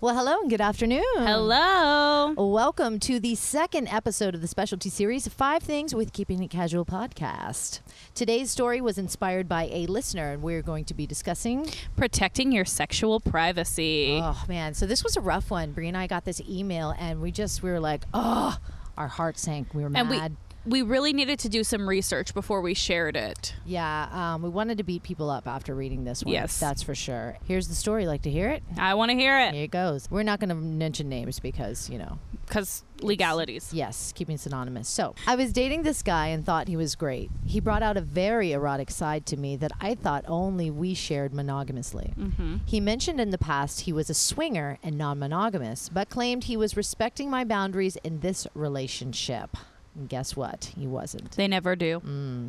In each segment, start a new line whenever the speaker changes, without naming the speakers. Well, hello and good afternoon.
Hello.
Oh. Welcome to the second episode of the specialty series, Five Things with Keeping It Casual podcast. Today's story was inspired by a listener, and we're going to be discussing.
Protecting your sexual privacy.
Oh, man. So, this was a rough one. Brie and I got this email, and we just, we were like, oh, our heart sank. We were mad.
and we we really needed to do some research before we shared it.
yeah, um, we wanted to beat people up after reading this one.
Yes.
That's for sure. Here's the story. Like to hear it?
I want to hear it
Here it goes. We're not going to mention names because, you know,
because legalities.
Yes, keeping it anonymous. So I was dating this guy and thought he was great. He brought out a very erotic side to me that I thought only we shared monogamously.
Mm. Mm-hmm.
He mentioned in the past he was a swinger and non monogamous, but claimed he was respecting my boundaries in this relationship. And guess what? He wasn't.
They never do.
Mm. Hmm.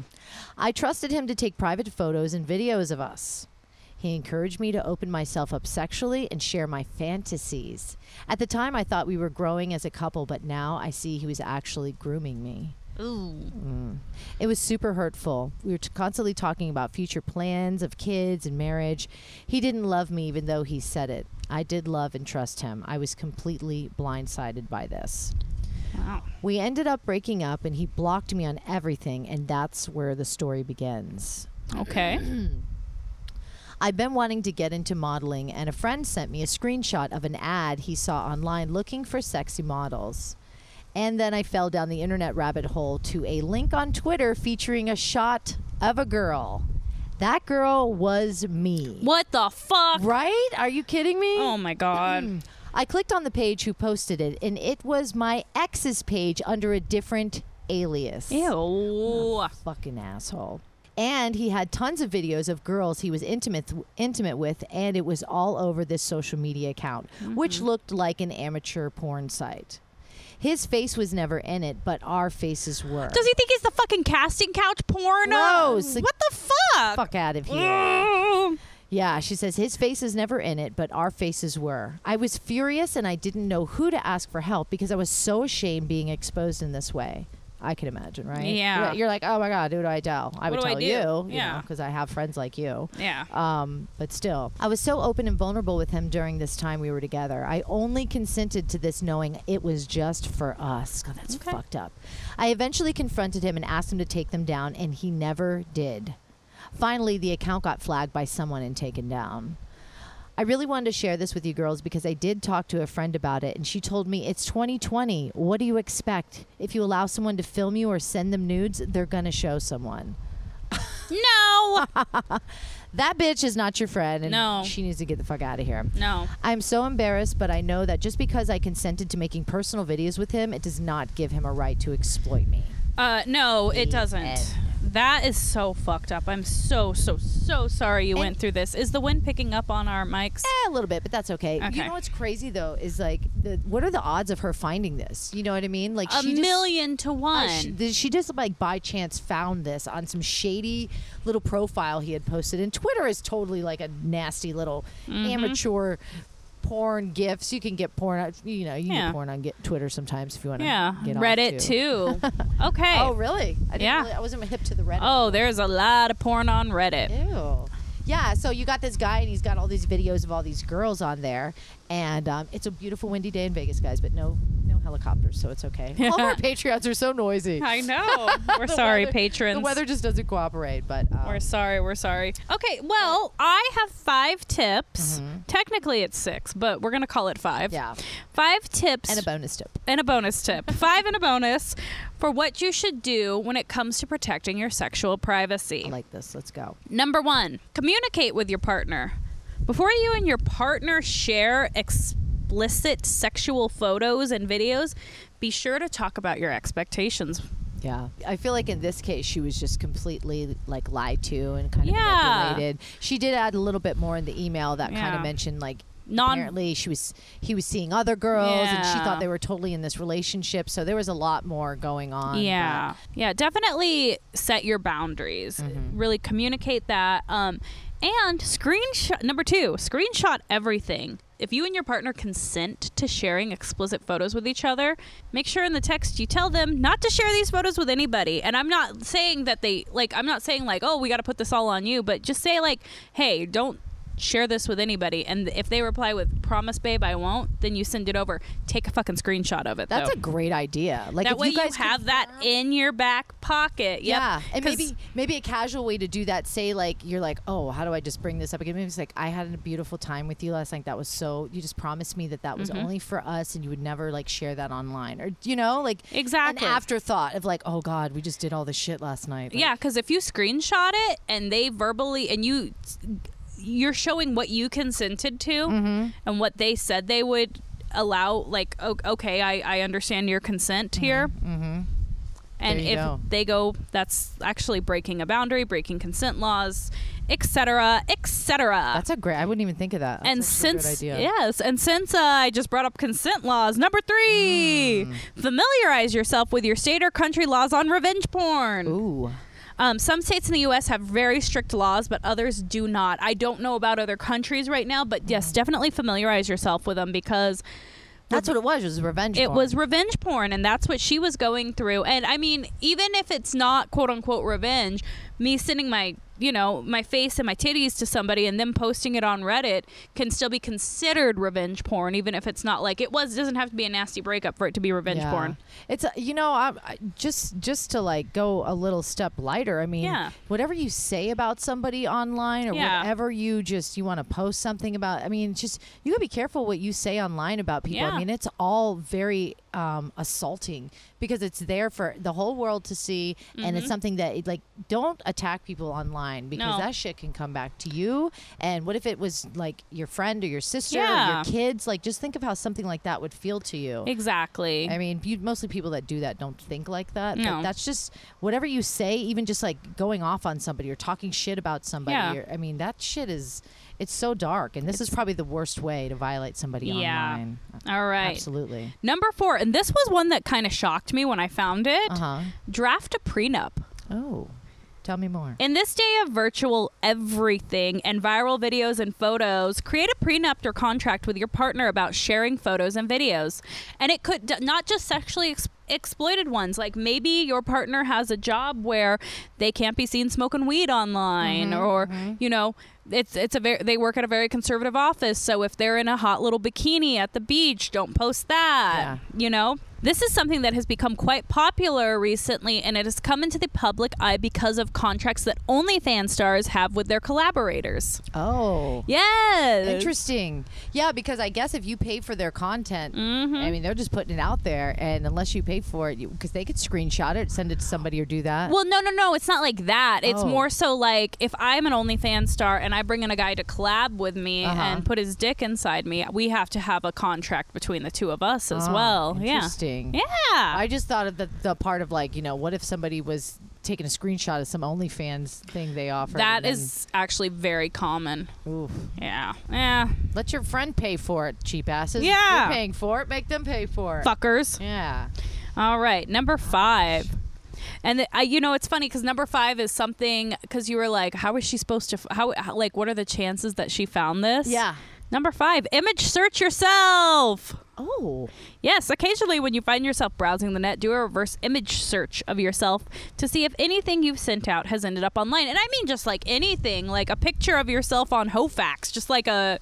I trusted him to take private photos and videos of us. He encouraged me to open myself up sexually and share my fantasies. At the time, I thought we were growing as a couple, but now I see he was actually grooming me.
Ooh.
It was super hurtful. We were t- constantly talking about future plans of kids and marriage. He didn't love me, even though he said it. I did love and trust him. I was completely blindsided by this.
Wow.
We ended up breaking up, and he blocked me on everything, and that's where the story begins. Mm.
Okay.
I've been wanting to get into modeling, and a friend sent me a screenshot of an ad he saw online looking for sexy models. And then I fell down the internet rabbit hole to a link on Twitter featuring a shot of a girl. That girl was me.
what the fuck?
Right? Mm. Are you kidding me?
Oh my god.
I clicked on the page who posted it, and it was my ex's page under a different alias Oh.
Ew.
fucking asshole. And he had tons of videos of girls he was intimate intimate with, and it was all over this social media account, which
Mm-hmm.
looked like an amateur porn site. His face was never in it, but our faces were.
Does he think he's the fucking casting couch porno?
Gross.
What the fuck?
fuck out of here?
Mm.
Yeah, she says his face is never in it, but our faces were. I was furious and I didn't know who to ask for help because I was so ashamed being exposed in this way. I can imagine, right?
Yeah.
You're like, oh my God, who do I tell? I would
What do I
tell
do?
you, you.
Yeah.
Because I have friends like you.
Yeah.
Um, but still, I was so open and vulnerable with him during this time we were together. I only consented to this knowing it was just for us. God, that's
Okay.
fucked up. I eventually confronted him and asked him to take them down, and he never did. Finally, the account got flagged by someone and taken down. I really wanted to share this with you girls because I did talk to a friend about it, and she told me it's 2020. What do you expect? If you allow someone to film you or send them nudes, they're going to show someone.
No.
That bitch is not your friend, and
No.
she needs to get the fuck out of here.
no.
I'm so embarrassed, but I know that just because I consented to making personal videos with him, it does not give him a right to exploit me.
Uh, no, it doesn't.
end.
That is so fucked up. I'm so so so sorry you went through this. Is the wind picking up on our mics?
Eh, a little bit, but that's okay. You
Okay.
know what's crazy though is like, the, what are the odds of her finding this? You know what I mean? Like
A
she just- Oh,
million to one.
She, th- she just like by chance found this on some shady little profile he had posted, and Twitter is totally like a nasty little
Mm-hmm.
amateur porn gifs. You can get porn, on- you know, you can
Yeah.
get porn on get Twitter sometimes if you want to.
yeah,
get off,
Reddit too. okay.
Oh, really? I didn't
Yeah.
really- I wasn't hip to the Reddit.
Oh, there's a lot of porn on Reddit.
Ew. Yeah, so you got this guy, and he's got all these videos of all these girls on there, and um, it's a beautiful windy day in Vegas, guys. But no, no helicopters, so it's okay. All of our Patreons are so noisy.
I know. We're sorry,
weather-
patrons.
The weather just doesn't cooperate, but um,
We're sorry. We're sorry. Okay. Well, I have five tips. Technically, it's six, but we're gonna call it five.
Mm-hmm. yeah,
Five tips
and a bonus tip.
and a bonus tip. Five and a bonus for what you should do when it comes to protecting your sexual privacy.
I like this. Let's go.
Number one, communicate with your partner. Before you and your partner share explicit sexual photos and videos, be sure to talk about your expectations.
Yeah, I feel like in this case she was just completely like lied to and kind of
Yeah.
manipulated. She did add a little bit more in the email that kind
Yeah.
of mentioned like
Non-
apparently she was he was seeing other girls and she
Yeah.
thought they were totally in this relationship. So there was a lot more going on. but-
Yeah. Yeah, definitely set your boundaries.
Mm-hmm.
Really communicate that. Um, and screenshot number two, screenshot everything. If you and your partner consent to sharing explicit photos with each other, make sure in the text you tell them not to share these photos with anybody. And I'm not saying that they like I'm not saying like, "Oh, we got to put this all on you," but just say like, "Hey, don't share this with anybody. And if they reply with promise, babe, I won't, then you send it over. Take a fucking screenshot of it.
That's
though.
a great idea. Like
that
if
way
you guys
have that
confirm-
in your back pocket. Yep.
Yeah, and
'Cause-
maybe maybe a casual way to do that. Say like you're like, oh, how do I just bring this up again? Maybe it's like I had a beautiful time with you last night. That was so. You just promised me that that
Mm-hmm.
was only for us, and you would never like share that online, or you know, like
Exactly.
an afterthought of like, oh God, we just did all this shit last night. Like,
Yeah, because if you screenshot it and they verbally and you you're showing what you consented to
Mm-hmm.
and what they said they would allow like o- okay I, I understand your consent here and
There Mm-hmm. you
if
go.
they go that's actually breaking a boundary breaking consent laws etc etc
that's a great. I wouldn't even think of that. That's
and
actually a good
since
idea.
yes and since uh, i just brought up consent laws number three
Mm.
familiarize yourself with your state or country laws on revenge porn
Ooh.
um, some states in the U.S. have very strict laws, but others do not. I don't know about other countries right now, but
Mm.
yes, definitely familiarize yourself with them because
That's what it was. It was revenge.
it
porn.
was revenge porn, and that's what she was going through. And I mean, even if it's not quote unquote revenge, me sending my you know my face and my titties to somebody and them posting it on Reddit can still be considered revenge porn, even if it's not like it was. Doesn't have to be a nasty breakup for it to be revenge
Yeah.
porn.
It's a, you know, I, I just just to like go a little step lighter. I mean,
Yeah.
whatever you say about somebody online or
Yeah.
whatever you just you want to post something about. I mean, it's just you gotta be careful what you say online about people.
Yeah.
I mean, it's all very um, assaulting because it's there for the whole world to see, and it's something that like don't attack people online because
Mm-hmm. No.
that shit can come back to you. And what if it was like your friend or your sister or
Yeah.
your kids? Like, just think of how something like that would feel to you.
Exactly.
I mean, you, mostly people that do that don't think like that. but
No.
that's just whatever you say, even just like going off on somebody or talking shit about somebody.
Yeah.
Or, I mean, that shit is, it's so dark. And this is probably the worst way to violate somebody
Yeah.
online.
All right.
Absolutely.
Number four, and this was one that kind of shocked me when I found it.
Uh huh.
draft a prenup.
Oh, tell me more.
In this day of virtual everything and viral videos and photos, create a prenup or contract with your partner about sharing photos and videos. And it could d- not just sexually ex- exploited ones, like maybe your partner has a job where they can't be seen smoking weed online or, you know, it's it's a very they work at a very conservative office, so if they're in a hot little bikini at the beach, don't post that. You know? This is something that has become quite popular recently, and it has come into the public eye because of contracts that only fan stars have with their collaborators.
Oh.
Yes.
Interesting. Yeah, because I guess if you pay for their content,
Mm-hmm.
I mean, they're just putting it out there. And unless you pay for it, because they could screenshot it, send it to somebody, or do that.
Well, no, no, no. It's not like that. It's
Oh.
more so like if I'm an OnlyFans star and I bring in a guy to collab with me
Uh-huh.
and put his dick inside me, we have to have a contract between the two of us as
Ah,
well. Yeah.
Interesting.
Yeah.
I just thought of the, the part of like, you know, what if somebody was taking a screenshot of some OnlyFans thing they offer?
That is actually very common. Yeah. Yeah.
Let your friend pay for it, cheap asses.
Yeah.
You're paying for it, make them pay for it.
Fuckers.
Yeah.
All right, number five. And the, I, you know, it's funny because number five is something because you were like, how is she supposed to? f- How, how like what are the chances that she found this?
Yeah.
Number five, image search yourself.
Oh.
Yes, occasionally when you find yourself browsing the net, do a reverse image search of yourself to see if anything you've sent out has ended up online. And I mean just like anything, like a picture of yourself on Hofax, just like a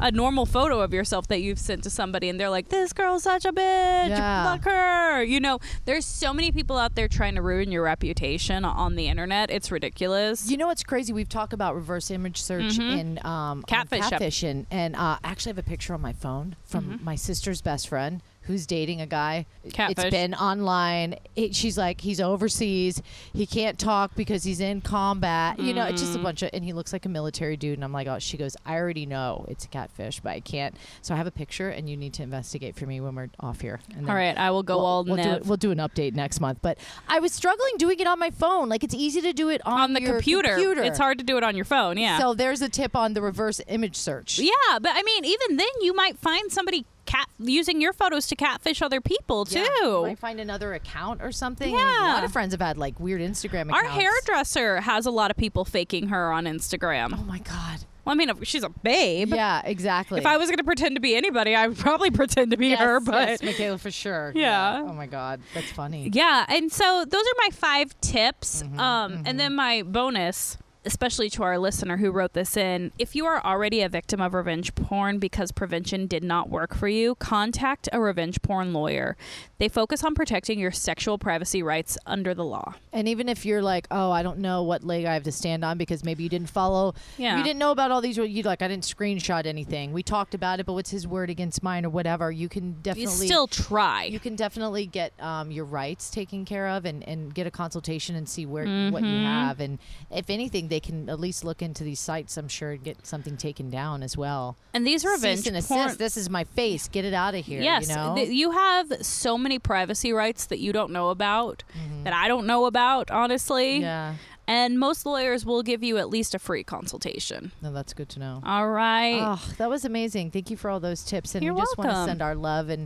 a normal photo of yourself that you've sent to somebody and they're like, This girl's such a bitch.
Yeah.
Fuck her. You know, there's so many people out there trying to ruin your reputation on the internet. It's ridiculous.
You know what's crazy? We've talked about reverse image search in um, on
Mm-hmm. Catfish app.
catfish and, and uh, actually I have a picture on my phone from
Mm-hmm.
my sister's best friend who's dating a guy.
Catfish.
It's been online. It, she's like, he's overseas. He can't talk because he's in combat. You know, it's
Mm.
just a bunch of, and he looks like a military dude. And I'm like, oh, she goes, I already know it's a catfish, but I can't. So I have a picture, and you need to investigate for me when we're off here. And then
All right, I will go
we'll,
all
we'll do,
nev.
it- we'll do an update next month. But I was struggling doing it on my phone. Like it's easy to do it on,
on the
your
computer. It's hard to do it on your phone, yeah.
So there's a tip on the reverse image search.
Yeah, but I mean, even then, you might find somebody cat using your photos to catfish other people too.
You might find another account or something. I mean, A lot
Yeah.
of friends have had like weird Instagram accounts.
Our hairdresser has a lot of people faking her on Instagram.
Oh my god.
Well, I mean, she's a babe.
Yeah, exactly.
If I was going to pretend to be anybody, I would probably pretend to be
yes,
her. But
yes, Michaela for sure.
Yeah.
Oh my god, that's funny. Mm-hmm,
yeah, and so those are my five tips. um, and then my bonus. especially to our listener who wrote this in, if you are already a victim of revenge porn because prevention did not work for you, contact a revenge porn lawyer. They focus on protecting your sexual privacy rights under the law.
And even if you're like, oh, I don't know what leg I have to stand on because maybe you didn't follow,
Yeah.
you didn't know about all these. You like, I didn't screenshot anything. We talked about it, but what's his word against mine or whatever? You can definitely
You still try.
you can definitely get um, your rights taken care of and, and get a consultation and see where what
Mm-hmm.
you have and if anything they can at least look into these sites i'm sure and get something taken down as well
and these revenge
Cease and
porn
assist. this is my face get it out of here
Yes,
you know
th- you have so many privacy rights that you don't know about, that I don't know about, honestly.
Mm-hmm. Mm. yeah
And most lawyers will give you at least a free consultation.
no that's good to know
All right.
Oh, that was amazing. Thank you for all those tips. And
You're
we just want
welcome.
to send our love and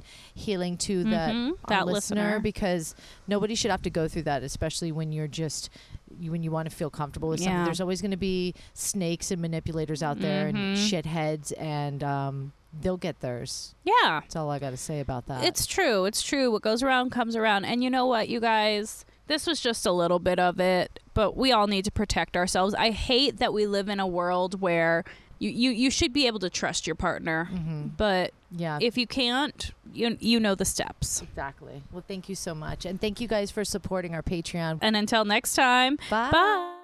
healing to that,
Mhm,
our
that
listener,
listener.
because nobody should have to go through that, especially when you're just you, when you want to feel comfortable with something.
Yeah.
There's always going to be snakes and manipulators out there and
Mm-hmm.
shitheads and um, they'll get theirs.
yeah.
That's all I got to say about that.
It's true. It's true. What goes around comes around. And you know what, you guys? This was just a little bit of it, but we all need to protect ourselves. I hate that we live in a world where you, you, you should be able to trust your partner,
Mm-hmm.
but
yeah.
if you can't, you, you know the steps.
Exactly. Well, thank you so much. And thank you guys for supporting our Patreon.
And until next time,
Bye.
bye.